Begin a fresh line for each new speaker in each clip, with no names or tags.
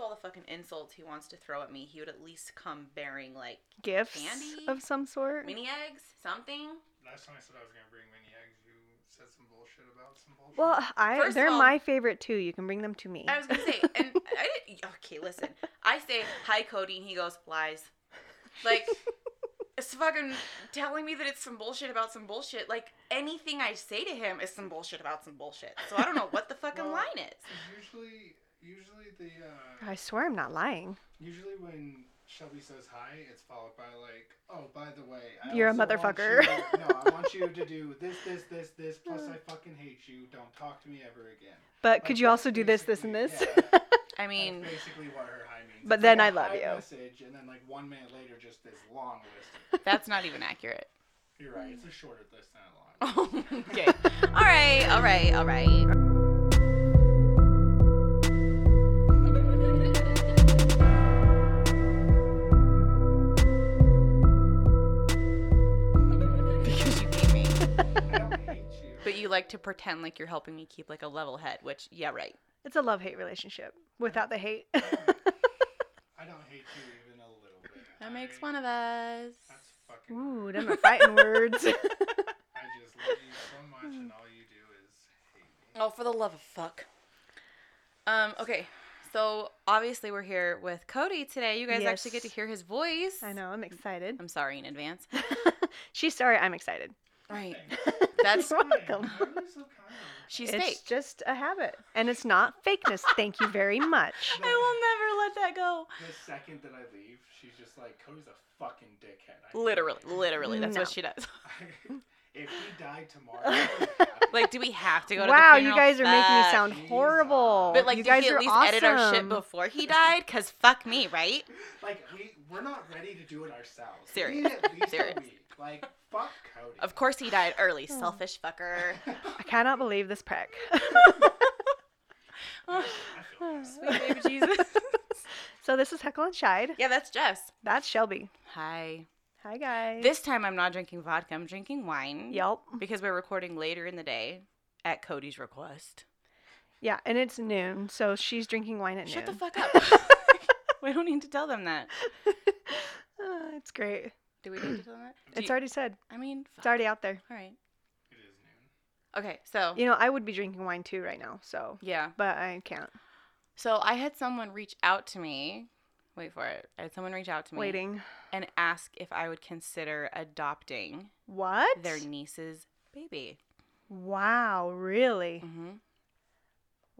all the fucking insults he wants to throw at me, he would at least come bearing like
Gifts
Candy?
of some sort.
mini eggs, something.
Last time I said I was gonna bring mini eggs, you said some bullshit about some bullshit.
Well, I
First of
they're
all-
my favorite too. You can bring them to me.
I was gonna say, and I didn't. Okay, listen. I say hi, Cody, and he goes lies. Like it's fucking telling me that it's some bullshit about some bullshit. Like anything I say to him is some bullshit about some bullshit. So I don't know what the fucking
Well-
line is.
usually, usually the uh,
I swear I'm not lying.
usually when Shelby says hi, it's followed by like, oh, by the way, I
You're a
also want
motherfucker.
you- no, I want you to do this, this, this, this. Plus, I fucking hate you. Don't talk to me ever again.
But
Like,
could you
that's
also do this, this, and this?
basically- yeah,
I
that's
mean,
basically what her hi means.
But
It's
then
like
I
a
love
hi
you.
Message, and then like one minute later, just this long list.
that's not even accurate.
You're right. It's a shorter list than a long.
Oh
okay. All right. All right. All right. Because you hate me,
I don't hate you.
But you like to pretend like you're helping me keep like a level head, which yeah, right.
It's a love hate relationship without the hate.
I don't hate you even a little bit.
That makes
I-
one of us.
That's fucking.
Ooh, them are fighting words.
I just love you so much, and all you do is hate me.
Oh, for the love of fuck. Um. Okay. So obviously we're here with Cody today. You guys
Yes.
actually get to hear his voice.
I know. I'm excited.
I'm sorry in advance.
She's sorry. I'm excited.
Right.
Thanks.
That's
You're welcome.
Why are you so kind?
she's
It's
fake.
just a habit, and it's not fakeness. Thank you very much.
The-
I will never let that go.
The second that I leave, she's just like, Cody's a fucking dickhead. I hate
Literally,
him."
literally, that's
No.
what she does.
if he died tomorrow, I'd be happy.
Like, do we have to go to
Wow,
the
you
funeral?
guys are making me
Fuck.
sound
Jesus.
horrible.
But like,
you
did
guys
he at
are
least
awesome.
edit our shit before he died? Cause fuck me, right?
like we we're not ready to do it ourselves. We
Serious.
need at least
Serious.
a week. Like fuck Cody.
Of course he died early,
Oh.
selfish fucker.
I cannot believe this prick.
I feel bad.
Sweet baby Jesus.
so this is Heckle and Shide.
yeah, that's Jess.
That's Shelby.
Hi.
Hi guys.
This time I'm not drinking vodka. I'm drinking wine.
Yelp.
Because we're recording later in the day at Cody's request.
Yeah, and it's noon, so she's drinking wine at
Shut the
noon.
fuck up. we don't need to tell them that.
Uh, it's great.
Do we need to tell them that? Do
It's
you-
already said.
I mean,
It's
fuck.
already out there.
All right.
It is noon.
Okay. So
You know, I would be drinking wine too right now, so
yeah.
but I can't.
So I had someone reach out to me. Wait for it. I had someone reach out to me
Waiting.
and ask if I would consider adopting
What?
their niece's baby.
Wow, really?
Mm-hmm.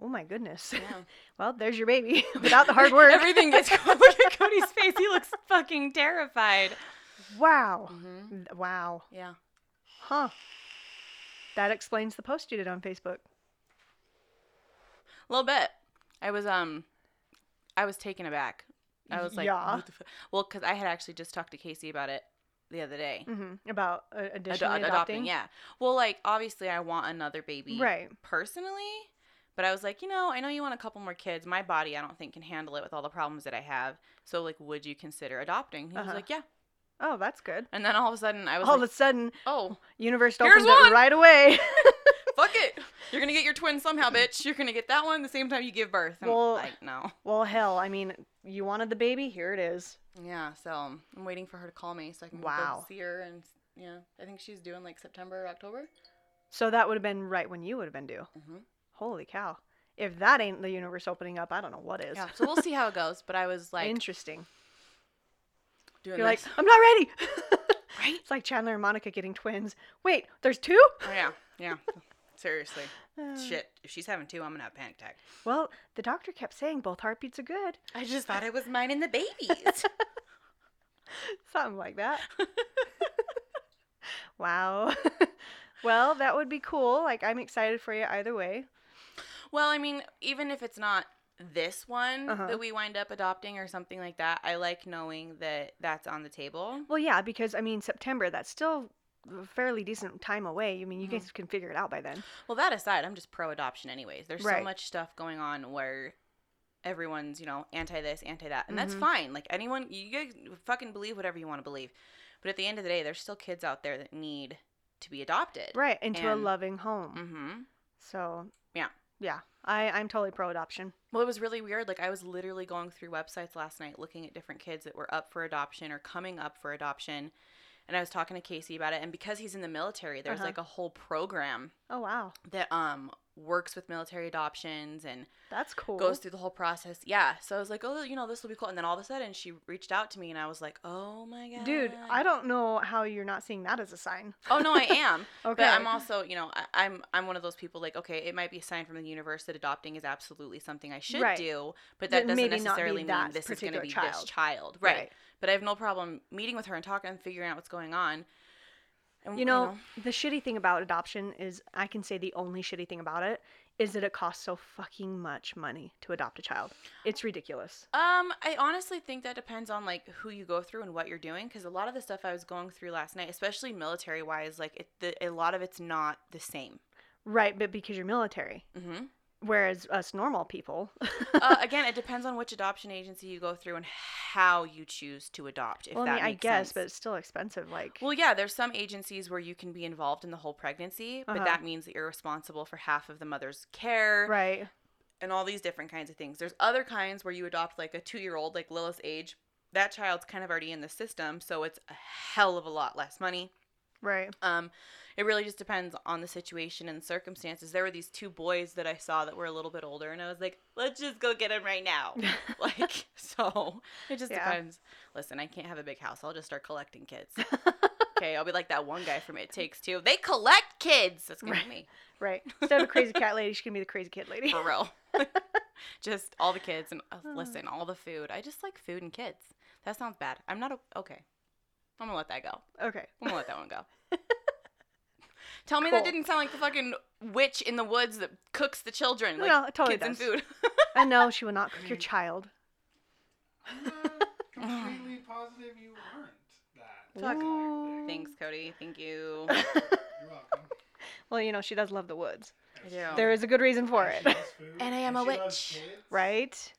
Oh my goodness.
Yeah.
Well, there's your baby without the hard work.
Everything gets look at Cody's face. He looks fucking terrified.
Wow.
Mm-hmm.
Wow.
Yeah.
Huh. That explains the post you did on Facebook.
A little bit. I was um, I was taken aback. I was like,
Yeah.
what the fu- well, because I had actually just talked to Casey about it the other day.
hmm About uh,
Ad-
additionally
ad-
adopting.
yeah. Well, like obviously, I want another baby,
Right.
Personally, but I was like, you know, I know you want a couple more kids. My body, I don't think, can handle it with all the problems that I have. So, like, would you consider adopting? He
Uh-huh.
was like, yeah.
Oh, that's good.
And then all of a sudden, I was
All
like,
of a sudden,
oh,
universe
Here's
opens it
one.
right away.
fuck it. You're gonna get your twin somehow, bitch. You're gonna get that one the same time you give birth. And
Well-
like, no.
well, hell, I mean, you wanted the baby, here it is.
Yeah, so I'm waiting for her to call me so I can
Wow.
go see her and yeah, I think she's doing like September, October.
So that would have been right when you would have been due.
Mhm.
Holy cow. If that ain't the universe opening up, I don't know what is.
Yeah, so we'll see how it goes. But I was like,
Interesting.
doing
You're like,
this.
I'm not ready.
Right?
It's like Chandler and Monica getting twins. Wait, there's two?
oh, yeah, yeah, seriously,
Uh,
shit. If she's having two, I'm gonna have a panic attack.
Well, the doctor kept saying both heartbeats are good.
I just thought it was mine and the babies.
Something like that. wow. well, that would be cool. Like, I'm excited for you either way.
well, I mean, even if it's not this one
Uh-huh.
that we wind up adopting or something like that, I like knowing that that's on the table.
Well, yeah, because I mean, September, that's still a fairly decent time away. I mean, you
Mhm.
guys can figure it out by then.
Well, that aside, I'm just pro adoption, anyways. There's
Right.
so much stuff going on where everyone's, you know, anti this, anti that. And that's
Mhm.
fine. Like, anyone, you guys fucking believe whatever you want to believe. But at the end of the day, there's still kids out there that need to be adopted.
Right. Into a
And-
loving home.
Mm hmm.
So,
Yeah.
Yeah, I, I'm totally pro adoption.
Well, it was really weird. Like I was literally going through websites last night looking at different kids that were up for adoption or coming up for adoption. And I was talking to Casey about it and because he's in the military, there's
Uh-huh.
like a whole program
Oh wow,
that um works with military adoptions and
that's cool.
goes through the whole process. Yeah. So I was like, "Oh, you know, this will be cool." And then all of a sudden she reached out to me and I was like, "Oh my god."
Dude, I don't know how you're not seeing that as a sign.
Oh no, I am.
Okay.
But I'm also, you know, I, I'm I'm one of those people like, okay, it might be a sign from the universe that adopting is absolutely something I should
Right.
do, but
That
that doesn't
maybe not be
necessarily mean
that
this is going to
particular
be this
child.
child, right. But I have no problem meeting with her and talking and figuring out what's going on. And
You know, the shitty thing about adoption is I can say the only shitty thing about it is that it costs so fucking much money to adopt a child. It's ridiculous.
Um, I honestly think that depends on like who you go through and what you're doing, because a lot of the stuff I was going through last night, especially military wise, like it, the, a lot of it's not the same.
Right, but because you're military.
hmm
Whereas us normal people,
uh, again, it depends on which adoption agency you go through and how you choose to adopt. If
well, I
that
mean, I
makes
guess,
sense.
but it's still expensive. Like,
Well, yeah, there's some agencies where you can be involved in the whole pregnancy, but
Uh-huh.
that means that you're responsible for half of the mother's care
right.
and all these different kinds of things. There's other kinds where you adopt like a two year old, like Lilith's age. That child's kind of already in the system, so it's a hell of a lot less money.
Right.
Um, it really just depends on the situation and circumstances. There were these two boys that I saw that were a little bit older, and I was like, let's just go get them right now. like, so it just
Yeah.
depends. Listen, I can't have a big house. I'll just start collecting kids. okay, I'll be like that one guy from It Takes Two. They collect kids. That's gonna
Right.
be me
Right. Instead of a crazy cat lady, she's gonna be the crazy kid lady.
for real. just all the kids and uh,
Oh.
listen, all the food. I just like food and kids. That sounds bad. I'm not a, okay. I'm gonna let that go.
Okay.
I'm gonna let that one go. Tell me that
Cool.
didn't sound like the fucking witch in the woods that cooks the children, like
no, it totally
kids and
does.
food.
And no, she will not cook your child.
I'm not completely positive you weren't that.
Fuck.
Exactly.
Thanks, Cody. Thank you.
You're welcome.
well, you know, she does love the woods.
I do.
There is a good reason for
And
it.
she loves food,
And I am a
she loves
witch.
kids.
Right?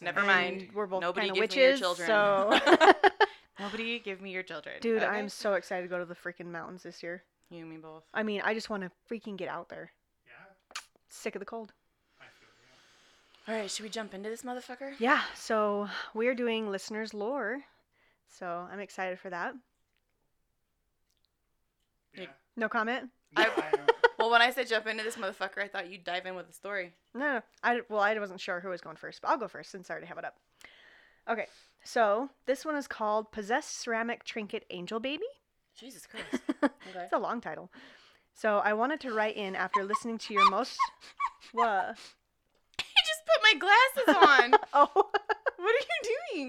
Never
And
mind.
We're both
Nobody
kind of
gives me your
witches,
children.
so
Nobody give me your children.
dude,
okay?
I'm so excited to go to the freaking mountains this year.
You and me both.
I mean, I just want to freaking get out there.
Yeah,
Sick of the cold.
I feel
All right, should we jump into this motherfucker?
Yeah, so we're doing listeners lore. So I'm excited for that.
you. Yeah.
Like-
No comment?
No,
I-
I, don't-
Well, when I said jump into this motherfucker, I thought you'd dive in with a story.
No, no. I well, I wasn't sure who was going first, but I'll go first since I already have it up. Okay. So, this one is called Possessed Ceramic Trinket Angel Baby.
Jesus Christ. Okay.
It's a long title. So, I wanted to write in after listening to your most what?
I just put my glasses on.
Oh.
what are you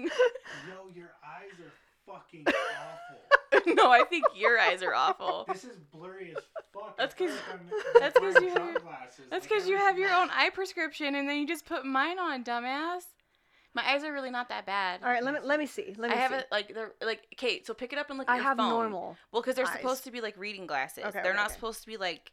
yo, your eyes are fucking awful.
doing? no, I think your eyes are awful.
This is blurry as fuck.
That's
I feel
'cause-
like I'm-
that's 'cause
wearing
you have your-
sunglasses,
That's
like
because you
everything
have your own
else.
eye prescription and then you just put mine on, dumbass. My eyes are really not that bad.
All right, let me let me see. Let me
I have
see.
a like they're like Kate. So pick it up and look at
I
your
have
phone.
normal.
Well, because they're
eyes.
supposed to be like reading glasses.
Okay,
they're
okay,
not
okay.
supposed to be like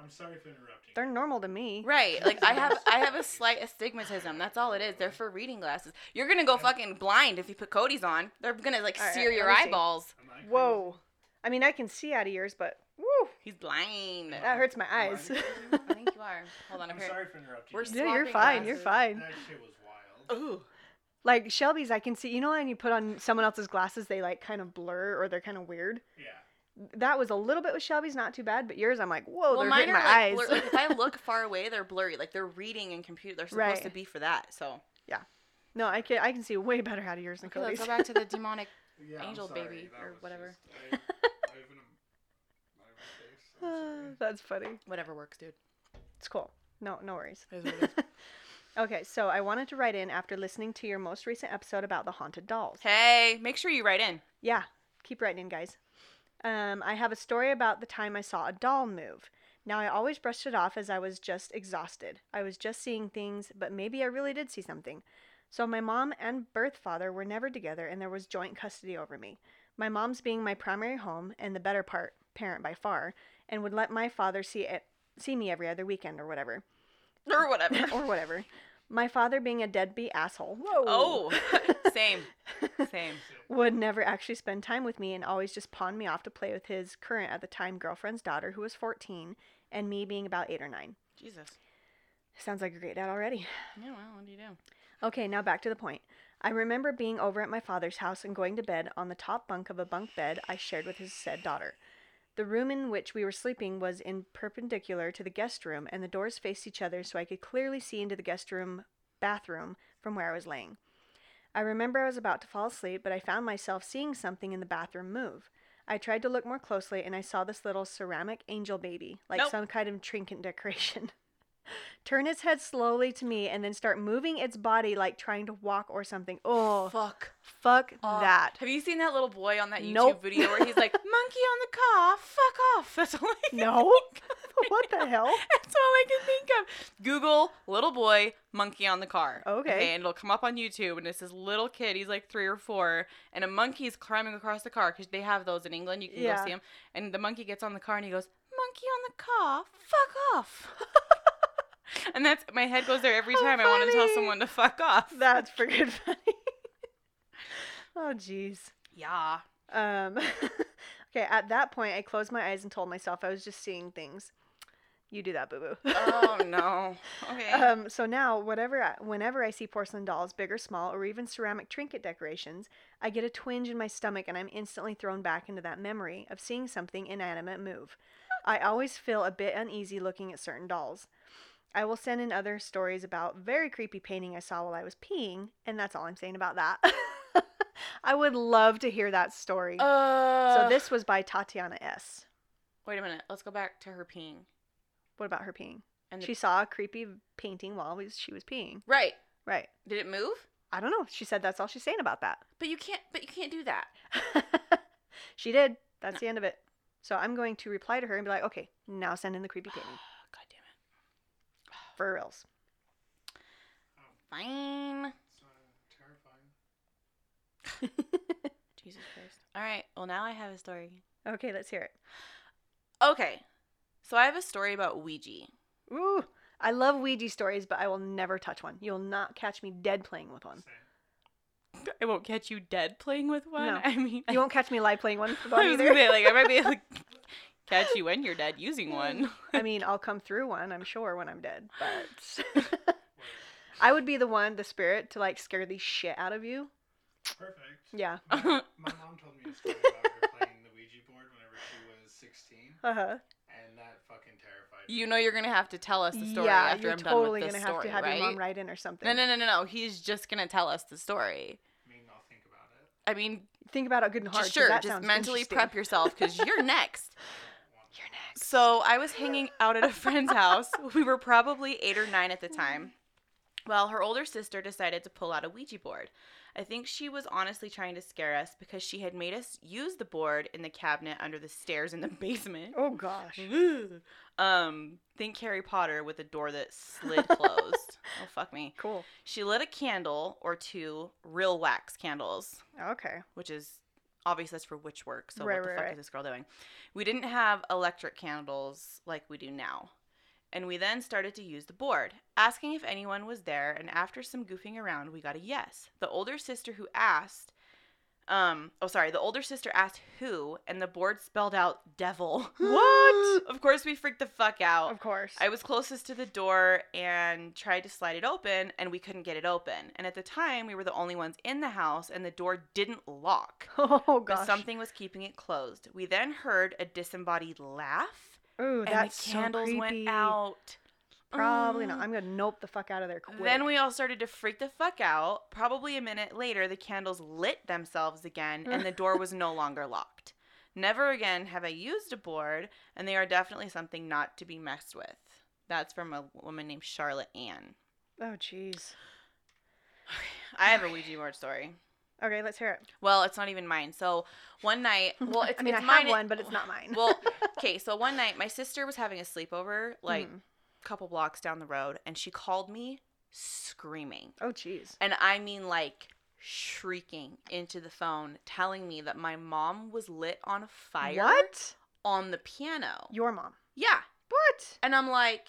I'm sorry for interrupting.
They're normal to me.
right. Like I have I have a slight astigmatism. That's all it is. They're for reading glasses. You're gonna go fucking blind if you put Cody's on. They're gonna like
All right,
sear your
let me see.
eyeballs.
Am I crazy?
Whoa. I mean, I can see out of yours, but woo,
He's blind.
that hurts my
Am I
eyes.
crazy?
I think you are. Hold on, I'm
I'm
here.
sorry for interrupting.
We're
you.
still-
yeah, you're
Swapping
fine. You're
glasses.
fine.
That shit was wild.
Ooh.
Like Shelby's, I can see. You know, when you put on someone else's glasses, they like kind of blur or they're kind of weird.
Yeah.
That was a little bit with Shelby's, not too bad, but yours, I'm like, whoa,
well,
Oh, they're
mine
hurting
are
my
like,
eyes.
blur- like, if I look far away, they're blurry. Like they're reading in computer. They're supposed
Right.
to be for that. So
no, I can I can see way better out of yours than
Okay, let's
Cody's.
go back to the demonic.
Yeah, I'm
Angel
sorry,
baby
that
or
was
whatever.
just- I, I have an, I have a face. I'm sorry.
That's funny.
Whatever works, dude.
It's cool. No, no worries.
It is what it is.
Okay, so I wanted to write in after listening to your most recent episode about the haunted dolls.
hey, make sure you write in.
Yeah, keep writing in, guys. Um, I have a story about the time I saw a doll move. Now, I always brushed it off as I was just exhausted. I was just seeing things, but maybe I really did see something. So, my mom and birth father were never together, and there was joint custody over me. My mom's being my primary home and the better part parent by far, and would let my father see it, see me every other weekend or whatever,
Or whatever.
or whatever. My father being a deadbeat asshole. Whoa
oh, same. Same.
would never actually spend time with me and always just pawned me off to play with his current at the time girlfriend's daughter who was 14 and me being about 8 or 9.
Jesus.
Sounds like a great dad already.
Yeah, well, what do you do?
Okay, now back to the point. I remember being over at my father's house and going to bed on the top bunk of a bunk bed I shared with his said daughter. The room in which we were sleeping was in perpendicular to the guest room, and the doors faced each other so I could clearly see into the guest room bathroom from where I was laying. I remember I was about to fall asleep, but I found myself seeing something in the bathroom move. I tried to look more closely, and I saw this little ceramic angel baby, like
Nope.
some kind of trinket decoration, turn its head slowly to me and then start moving its body like trying to walk or something. Oh,
Fuck
fuck
off.
that.
Have you seen that little boy on that YouTube
Nope.
video where he's like, "Monkey on the car, fuck off." That's all I can
No.
think of.
what the hell?
That's all I can think of. Google little boy monkey on the car.
Okay.
and it'll come up on YouTube, and it's this little kid. He's like three or four, and a monkey's climbing across the car because they have those in England. You can
Yeah.
go see them. And the monkey gets on the car and he goes, "Monkey on the car, fuck off." and that's my head goes there every
How
time I want to tell
funny.
someone to fuck off.
That's freaking funny. oh, jeez.
yeah.
Um, okay, at that point, I closed my eyes and told myself I was just seeing things. You do that, boo boo.
Oh no. Okay.
um, so now, whatever, I, whenever I see porcelain dolls, big or small, or even ceramic trinket decorations, I get a twinge in my stomach, and I'm instantly thrown back into that memory of seeing something inanimate move. I always feel a bit uneasy looking at certain dolls. I will send in other stories about very creepy painting I saw while I was peeing, and that's all I'm saying about that. I would love to hear that story.
Uh,
so this was by Tatiana S.
Wait a minute. Let's go back to her peeing.
What about her peeing?
And the-
She saw a creepy painting while we- she was peeing.
right.
Right.
Did it move?
I don't know. She said that's all she's saying about that.
But you can't. But you can't do that.
she did. That's the end of it. So I'm going to reply to her and be like, okay, now send in the creepy
God
painting.
damn
For reals.
it. Fine.
So uh, terrifying.
Jesus Christ. All right. Well, now I have a story.
Okay, let's hear it.
Okay. So I have a story about Ouija.
Ooh. I love Ouija stories, but I will never touch one. You'll not catch me dead playing with one.
Same.
I won't catch you dead playing with one.
No.
I mean,
You won't catch me live playing one. with
I
one
was
either.
gonna say, like I might be able to catch you when you're dead using one.
I mean, I'll come through one, I'm sure, when I'm dead. But I would be the one, the spirit, to like scare the shit out of you.
Perfect.
Yeah.
My, my mom told me a story about her playing the Ouija board whenever she was 16,
Uh huh.
and that fucking terrified me.
you know you're gonna have to tell us the story
yeah,
after
you're
I'm
totally
done with this
gonna have
story,
to have
right?
your mom write in or something.
no, no, no, no, no. He's just gonna tell us the story.
I mean, I'll think about it.
I mean,
Think about it good and hard.
just
'cause
sure,
that
just
sounds
mentally
interesting.
prep yourself because you're next.
You're next.
So I was hanging out at a friend's house. We were probably eight or nine at the time. Well, her older sister decided to pull out a Ouija board. I think she was honestly trying to scare us because she had made us use the board in the cabinet under the stairs in the basement.
Oh gosh.
Ooh. Um, think Harry Potter with a door that slid closed. oh fuck me.
Cool.
She lit a candle or two real wax candles
Okay.
which is obvious that's for witch work. So
Right,
what the
right,
fuck
right.
is this girl doing? We didn't have electric candles like we do now. And we then started to use the board, asking if anyone was there, and after some goofing around, we got a yes. The older sister who asked um oh sorry, the older sister asked who and the board spelled out devil.
What?
of course we freaked the fuck out.
Of course.
I was closest to the door and tried to slide it open, and we couldn't get it open. And at the time, we were the only ones in the house, and the door didn't lock.
oh
But
gosh.
something was keeping it closed. We then heard a disembodied laugh,
Ooh,
and
Oh, that's
the candles
so creepy.
went out.
Probably not.
Mm.
I'm gonna nope the fuck out of there quick.
Then we all started to freak the fuck out. Probably a minute later, the candles lit themselves again, and the door was no longer locked. Never again have I used a board, and they are definitely something not to be messed with. That's from a woman named Charlotte Ann.
Oh jeez.
I have a Ouija board story.
Okay, let's hear it.
Well, it's not even mine. So one night, well, it's,
I mean,
it's
I
mine.
have one, but it's not mine.
well, okay. So one night, my sister was having a sleepover, like
Mhm.
a couple blocks down the road, and she called me screaming.
Oh jeez.
And I mean like shrieking into the phone, telling me that my mom was lit on fire
What?
on the piano.
Your mom.
yeah.
What?
And I'm like,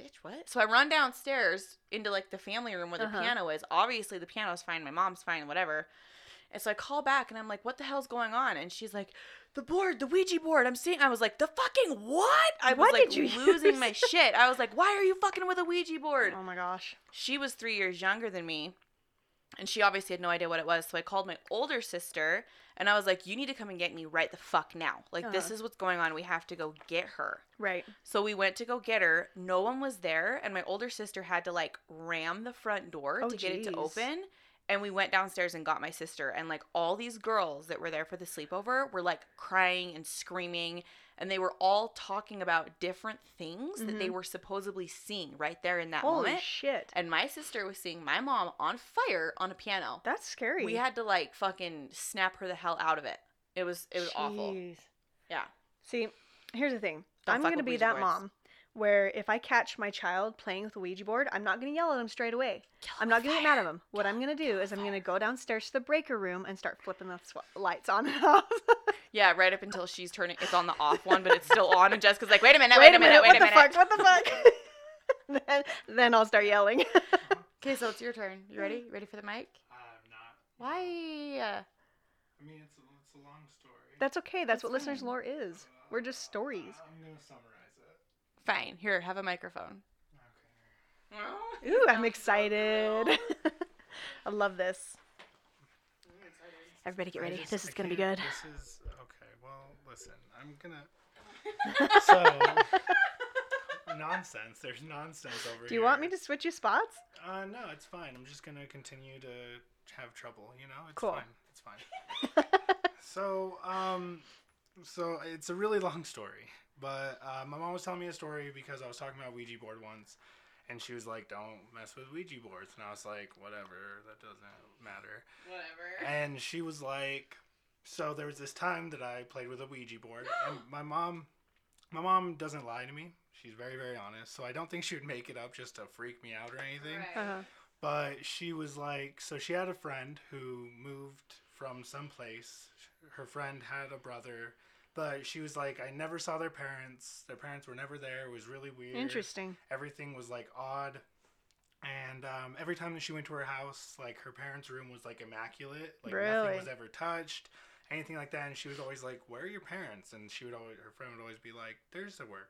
bitch, what? So I run downstairs into like the family room where the
Uh-huh.
piano is. Obviously the piano's fine, my mom's fine, whatever. And so I call back and I'm like, what the hell's going on? And she's like, the board, the Ouija board. I'm seeing. I was like, the fucking what? I was
What
like
did you
losing
use?
my shit. I was like, why are you fucking with a Ouija board?
Oh my gosh.
She was three years younger than me. And she obviously had no idea what it was. So I called my older sister and I was like, You need to come and get me right the fuck now. Like, this
Uh-huh.
is what's going on. We have to go get her.
Right.
So we went to go get her. No one was there, and my older sister had to like ram the front door
Oh,
to get it to
jeez.
open. And we went downstairs and got my sister. And like all these girls that were there for the sleepover were like crying and screaming. And they were all talking about different things that they were supposedly seeing right there in that
Mm-hmm. Holy
moment.
shit.
and my sister was seeing my mom on fire on a piano.
That's scary.
We had to like fucking snap her the hell out of it. It was it was awful.
Jeez.
Yeah.
See, here's the thing.
Don't
I'm
fuck
gonna
with
be
Ouija
that
boards.
mom where if I catch my child playing with a Ouija board, I'm not gonna yell at him straight away.
Kill
I'm
her
not gonna get
fire.
mad at him. What I'm gonna do is I'm gonna go downstairs to the breaker room and start flipping the sw- lights on and off.
Yeah, right up until she's turning. It's on the off one, but it's still on. And Jessica's like, wait a minute,
wait,
wait, a minute,
what
wait a
the
minute.
fuck? What the fuck? then, then I'll start yelling.
Okay, so it's your turn. You ready?
Mm.
You ready for the mic?
I'm not.
Why? uh,
I mean, it's a, it's a long story. uh,
That's okay. That's, what listeners
fine.
lore is. We're just stories.
I'm gonna summarize it.
Fine. Here, have a microphone.
Okay.
Ooh, I'm excited. I love this. Everybody get ready. this is gonna be good.
This is okay. Well, listen, I'm gonna. so nonsense. There's nonsense over here.
Do you want me to switch you spots?
Uh, no, it's fine. I'm just gonna continue to have trouble. You know, it's
Cool.
fine. It's fine. so, um, so it's a really long story, but uh, my mom was telling me a story because I was talking about Ouija board once, and she was like, "Don't mess with Ouija boards," and I was like, "Whatever, that doesn't matter."
Whatever.
And she was like, "So there was this time that I played with a Ouija board, and my mom, my mom doesn't lie to me. She's very, very honest. So I don't think she would make it up just to freak me out or anything."
Uh-huh.
but she was like so she had a friend who moved from someplace her friend had a brother but she was like i never saw their parents their parents were never there it was really weird
Interesting.
everything was like odd and um, every time that she went to her house like her parents room was like immaculate like
Really?
nothing was ever touched anything like that and she was always like where are your parents and she would always her friend would always be like there's the work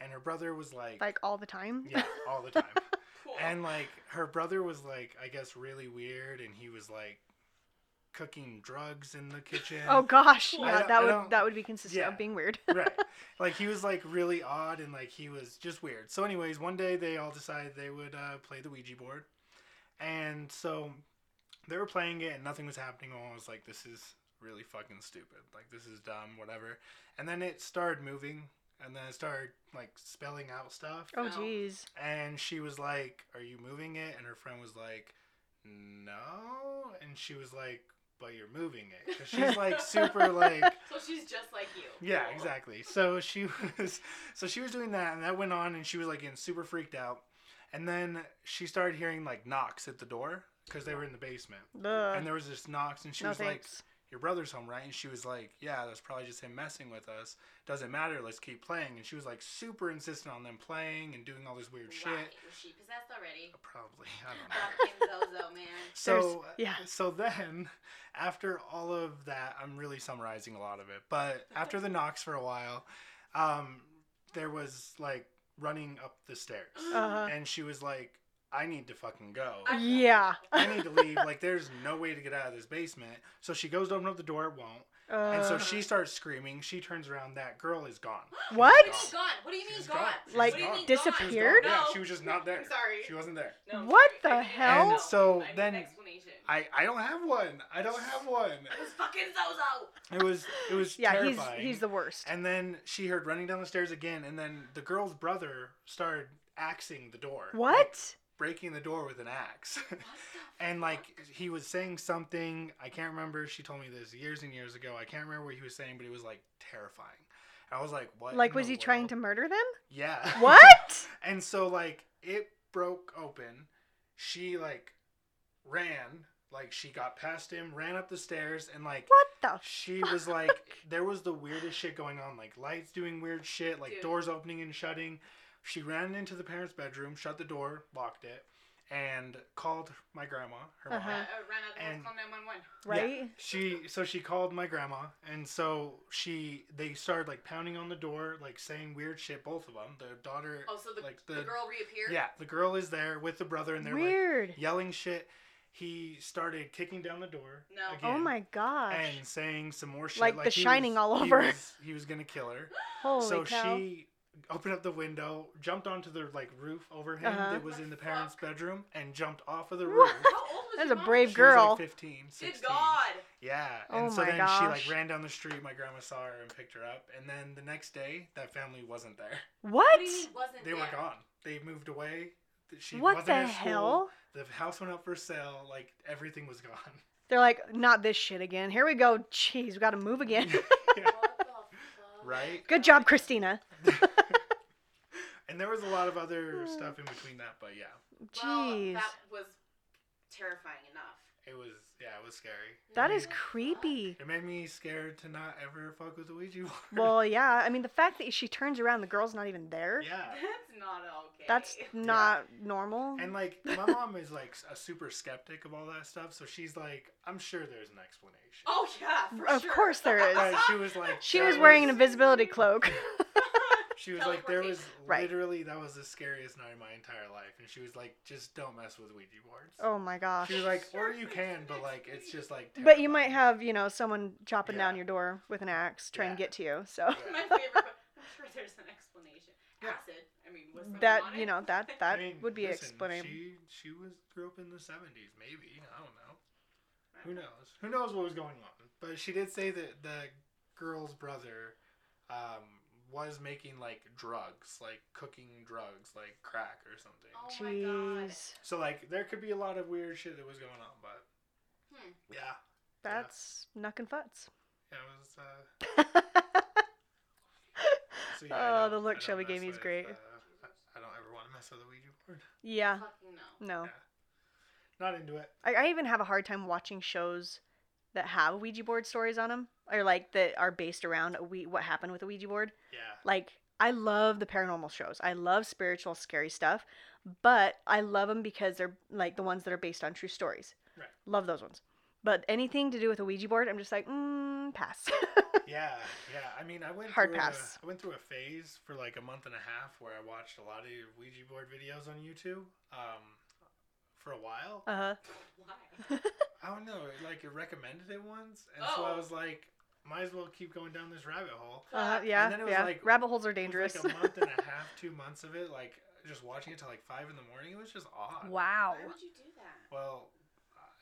and her brother was like
Like all the time.
yeah all the time
Cool.
and like her brother was like, I guess really weird, and he was like cooking drugs in the kitchen.
Oh gosh,
I
yeah,
don't-
that
I
would
don't-
that would be consistent
yeah.
of being weird.
right. Like he was like really odd and like he was just weird. So, anyways, one day they all decided they would uh, play the Ouija board, and so they were playing it and nothing was happening. And I was like, this is really fucking stupid. Like this is dumb, whatever. And then it started moving, and then it started like spelling out stuff.
Oh
No.
jeez.
And she was like, Are you moving it? And her friend was like, No. And she was like, But you're moving it. 'Cause she's like super like,
So she's just like you.
Yeah, exactly. So she was, so she was doing that and that went on and she was like getting super freaked out. And then she started hearing like knocks at the door because they were in the basement.
Ugh.
And there was this knocks and she
no
was like,
thanks.
your brother's home, right? And she was like, Yeah, that's probably just him messing with us. Doesn't matter, let's keep playing. And she was like super insistent on them playing and doing all this weird shit.
Was she possessed already?
Probably, I don't know.
Fucking Zozo, man.
So uh,
There's- yeah.
So then, after all of that, I'm really summarizing a lot of it. But after the knocks for a while, um, there was like running up the stairs,
Uh-huh.
and she was like, "I need to fucking go."
I-
Yeah.
I need to leave. Like, there's no way to get out of this basement. So she goes to open up the door. It won't. And so
Uh,
she starts screaming. She turns around. That girl is gone.
What?
She's
gone? What do you
She's gone. She's
Like,
gone. She's
disappeared?
gone. Yeah, she was just not there.
sorry.
She wasn't there.
No,
What
sorry.
the
I-
hell?
And so
I need an
then-
explanation.
I, I don't have one. I don't have one.
It was fucking Zozo.
It was it was
yeah,
terrifying.
he's he's the worst.
And then she heard running down the stairs again, and then the girl's brother started axing the door. Like,
what?
breaking the door with an axe.
What the
and like he was saying something, I can't remember. She told me this years and years ago. I can't remember what he was saying, but it was like terrifying. I was like, what?
Like
in
was
the
he trying
world?
to murder them?
Yeah.
What?
And so like it broke open. She like ran, like she got past him, ran up the stairs, and like
what the f-
she was like there was the weirdest shit going on like lights doing weird shit like
Dude.
doors opening and shutting she ran into the parents bedroom shut the door locked it and called my grandma, her mom.
Uh-huh.
ran out
And-
call 911.
right?
She so she called my grandma, and so she they started like pounding on the door, like saying weird shit. Both of them, the daughter,
Oh, so the,
like
the, girl reappeared?
yeah, the girl is there with the brother, and they're
Weird.
like yelling shit. He started kicking down the door.
No.
again,
oh my gosh.
And saying some more shit.
Like The
he
Shining
was-
all
he
over.
was- He was gonna kill her.
Holy
so
cow.
she opened up the window, jumped onto the like roof over him
Uh-huh.
that was in the
What the
parents'
fuck?
bedroom, and jumped off of the
What?
roof.
How old was
That's
your
a
mom?
brave
She
girl.
was like 15, 16.
Good God.
Yeah.
Oh
And so
my
then she
gosh.
like ran down the street. My grandma saw her and picked her up. And then the next day, that family wasn't there.
What
what?
do you mean wasn't
They were
there?
gone. They moved away. Th- She
What
wasn't
the
at school.
hell?
The house went up for sale. Like everything was gone.
They're like, not this shit again. Here we go. Jeez, we got to move again.
What the fuck?
Right?
Good job, Christina.
And there was a lot of other stuff in between that, but yeah,
Well,
Jeez,
that was terrifying enough.
it was yeah, it was scary.
that
It
is
made-
creepy.
It made me scared to not ever fuck with the Ouija board.
Well, yeah. I mean, the fact that she turns around, the girl's not even there.
yeah.
That's not okay.
That's not normal.
And like my mom is like a super skeptic of all that stuff, so she's like, I'm sure there's an explanation.
Oh yeah, for
Of
sure.
course there is.
But she was like,
she
that
was wearing an invisibility cloak.
She was like, there was
Right.
literally that was the scariest night of my entire life, and she was like, just don't mess with Ouija boards.
oh my gosh.
She was like, or you can, but like it's just like.
But you might
terrifying."
have, you know, someone chopping
Yeah.
down your door with an axe trying to
Yeah.
get to you. So
My favorite. But I'm sure there's an explanation.
Yeah.
Acid. I mean, was someone
that,
on
you
it?
know, that
I
that
mean,
would be
listen,
explainable.
She she was grew up in the seventies, maybe I don't know. Who knows? Who knows what was going on? But she did say that the girl's brother um, was making like drugs, like cooking drugs, like crack or something.
Oh my god.
Jeez,
So like there could be a lot of weird shit that was going on, but
Hmm.
yeah,
that's knuck and futz.
yeah, it was. Uh, so yeah, I
oh,
don't-
the
I
look Shelby
don't
gave
mess
me is
with,
great.
uh, I- I don't ever want to mess with the Ouija board.
Yeah,
Fucking no.
no.
Not into it.
I, I even have a hard time watching shows that have Ouija board stories on them, or like that are based around a we- what happened with a Ouija board.
Yeah.
Like, I love the paranormal shows. I love spiritual, scary stuff, but I love them because they're like the ones that are based on true stories.
Right.
Love those ones. But anything to do with a Ouija board, I'm just like, mm, pass.
Yeah, yeah. I mean, I went
Hard
through
pass.
A, I went through a phase for like a month and a half where I watched a lot of Ouija board videos on YouTube. Um, for a while,
uh huh.
Why?
I don't know. it, Like it recommended it once, and so I
Oh.
was like, might as well keep going down this rabbit hole.
Uh,
Fuck.
yeah,
then it was
yeah.
like-
Rabbit holes are
It was,
dangerous.
Like a month and a half, two months of it, like just watching it till like five in the morning. It was just odd.
wow.
Why would you do that?
Well,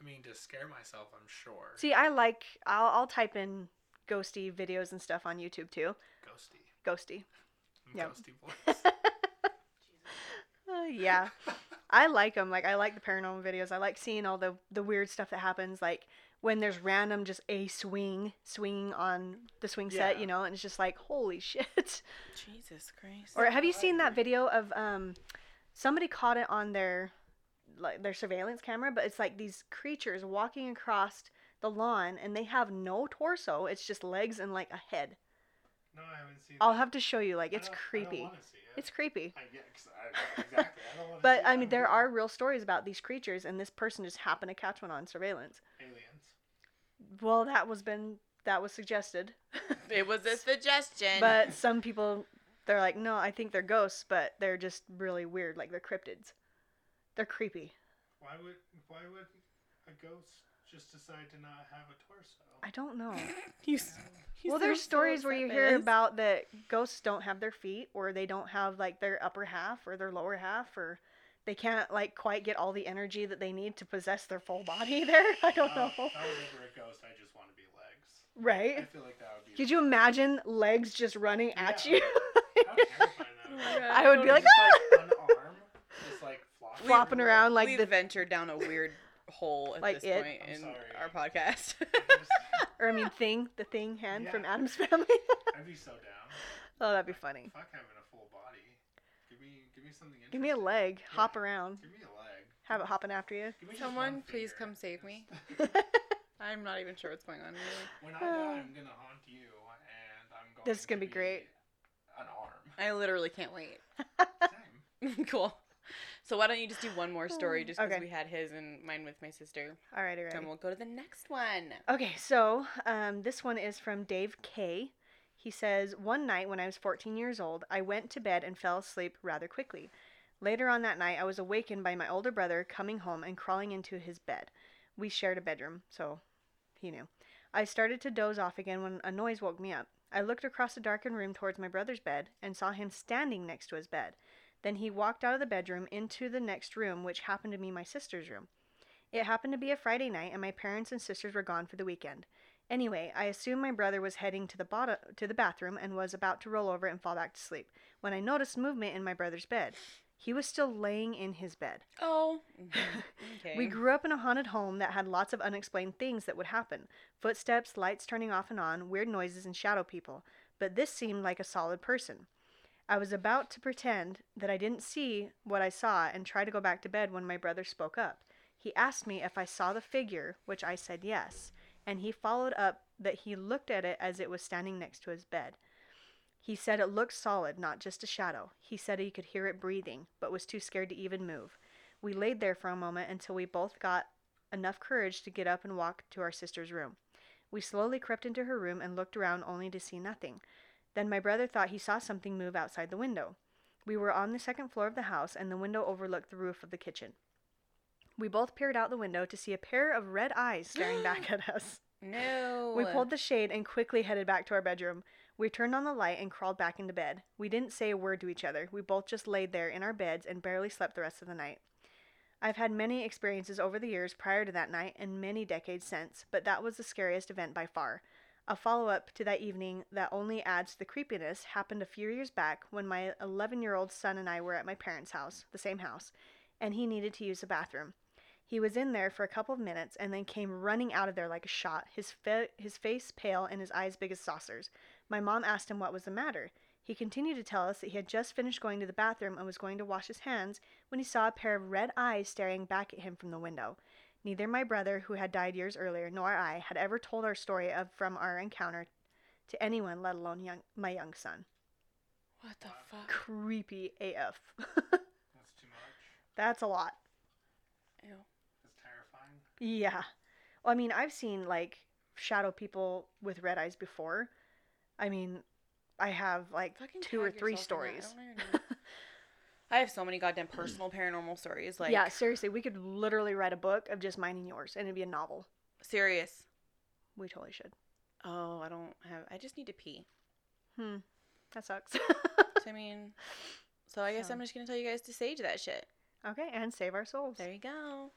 I mean, to scare myself, I'm sure.
See, I like. I'll, I'll type in ghosty videos and stuff on YouTube too.
ghosty,
Ghosty.
I'm
Yep.
ghosty boys.
Uh, yeah, I like them. Like I like the paranormal videos. I like seeing all the the weird stuff that happens. Like when there's random just a swing swinging on the swing set,
Yeah.
you know, and it's just like holy shit.
Jesus Christ.
or have you
I
seen that
agree.
video of um somebody caught it on their like their surveillance camera, but it's like these creatures walking across the lawn and they have no torso. It's just legs and like a head.
no, I haven't seen.
I'll
that.
have to show you. Like
I
it's
don't- I don't
creepy.
wanna see it.
It's creepy.
I get ex- I- exactly. I don't wanna
But
see
I
that.
mean, there are real stories about these creatures, and this person just happened to catch one on surveillance.
aliens.
Well, that was been that was suggested,
It was a suggestion.
but some people they're like, no, I think they're ghosts, but they're just really weird, like they're cryptids. They're creepy.
Why would why would a ghost just decide to not have a torso?
I don't know.
you,
well, there's stories where you hear about that ghosts don't have their feet, or they don't have like their upper half or their lower half, or they can't like quite get all the energy that they need to possess their full body. There, I don't
Uh,
know.
If I was ever a ghost, I just want to be legs.
Right.
I feel like that would be.
Could you imagine legs just running at
Yeah.
you?
How terrifying that would be.
I would be like, "Ah!"
Just, like, one arm, just like flopping,
flopping around like
we
the,
ventured down a weird hole at
Like
this
it.
point
I'm
in
sorry.
our podcast.
Just-
or I mean, thing, the thing hand from
Yeah.
Adam's family.
I'd be so down.
oh, that'd be funny.
Fuck having a full body. Give me, give me something.
Give me a
interesting.
leg, hop around,
Give me a leg.
have it hopping after you.
Give me just
Someone,
one
please
finger.
come save me. I'm not even sure what's going on. Really.
When I die,
Uh,
I'm gonna haunt you, and I'm going.
This is gonna
to
be great.
An arm.
I literally can't wait.
Same.
cool. So why don't you just do one more story, just because
Okay.
we had his and mine with my sister.
All right, all right.
Then we'll go to the next one.
Okay, so um, this one is from Dave K. He says, One night when I was 14 years old, I went to bed and fell asleep rather quickly. Later on that night, I was awakened by my older brother coming home and crawling into his bed. We shared a bedroom, so he knew. I started to doze off again when a noise woke me up. I looked across the darkened room towards my brother's bed and saw him standing next to his bed. Then he walked out of the bedroom into the next room, which happened to be my sister's room. It happened to be a Friday night, and my parents and sisters were gone for the weekend. Anyway, I assumed my brother was heading to the bottom to the bathroom and was about to roll over and fall back to sleep when I noticed movement in my brother's bed. He was still laying in his bed.
Oh. Okay.
We grew up in a haunted home that had lots of unexplained things that would happen footsteps, lights turning off and on, weird noises, and shadow people. But this seemed like a solid person. I was about to pretend that I didn't see what I saw and try to go back to bed when my brother spoke up. He asked me if I saw the figure, which I said yes, and he followed up that he looked at it as it was standing next to his bed. He said it looked solid, not just a shadow. He said he could hear it breathing, but was too scared to even move. We laid there for a moment until we both got enough courage to get up and walk to our sister's room. We slowly crept into her room and looked around only to see nothing. Then my brother thought he saw something move outside the window. We were on the second floor of the house, and the window overlooked the roof of the kitchen. We both peered out the window to see a pair of red eyes staring back at us.
No.
We pulled the shade and quickly headed back to our bedroom. We turned on the light and crawled back into bed. We didn't say a word to each other. We both just laid there in our beds and barely slept the rest of the night. I've had many experiences over the years prior to that night and many decades since, but that was the scariest event by far. A follow up to that evening that only adds to the creepiness happened a few years back when my 11 year old son and I were at my parents' house, the same house, and he needed to use the bathroom. He was in there for a couple of minutes and then came running out of there like a shot, his, fa- his face pale and his eyes big as saucers. My mom asked him what was the matter. He continued to tell us that he had just finished going to the bathroom and was going to wash his hands when he saw a pair of red eyes staring back at him from the window. Neither my brother, who had died years earlier, nor I had ever told our story of from our encounter to anyone, let alone young, my young son.
What the fuck?
Creepy AF.
That's too much.
That's a lot.
Ew.
That's terrifying.
Yeah. Well, I mean, I've seen like shadow people with red eyes before. I mean, I have like
Fucking
two or
tag
three
yourself in that. I
stories.
don't even know. I have so many goddamn personal paranormal stories. Like,
yeah, seriously, we could literally write a book of just mine and yours, and it'd be a novel.
serious.
We totally should.
Oh, I don't have. I just need to pee.
Hmm. That sucks.
So, I mean, so I guess
So-
I'm just gonna tell you guys to sage that shit.
okay, and save our souls.
There you go.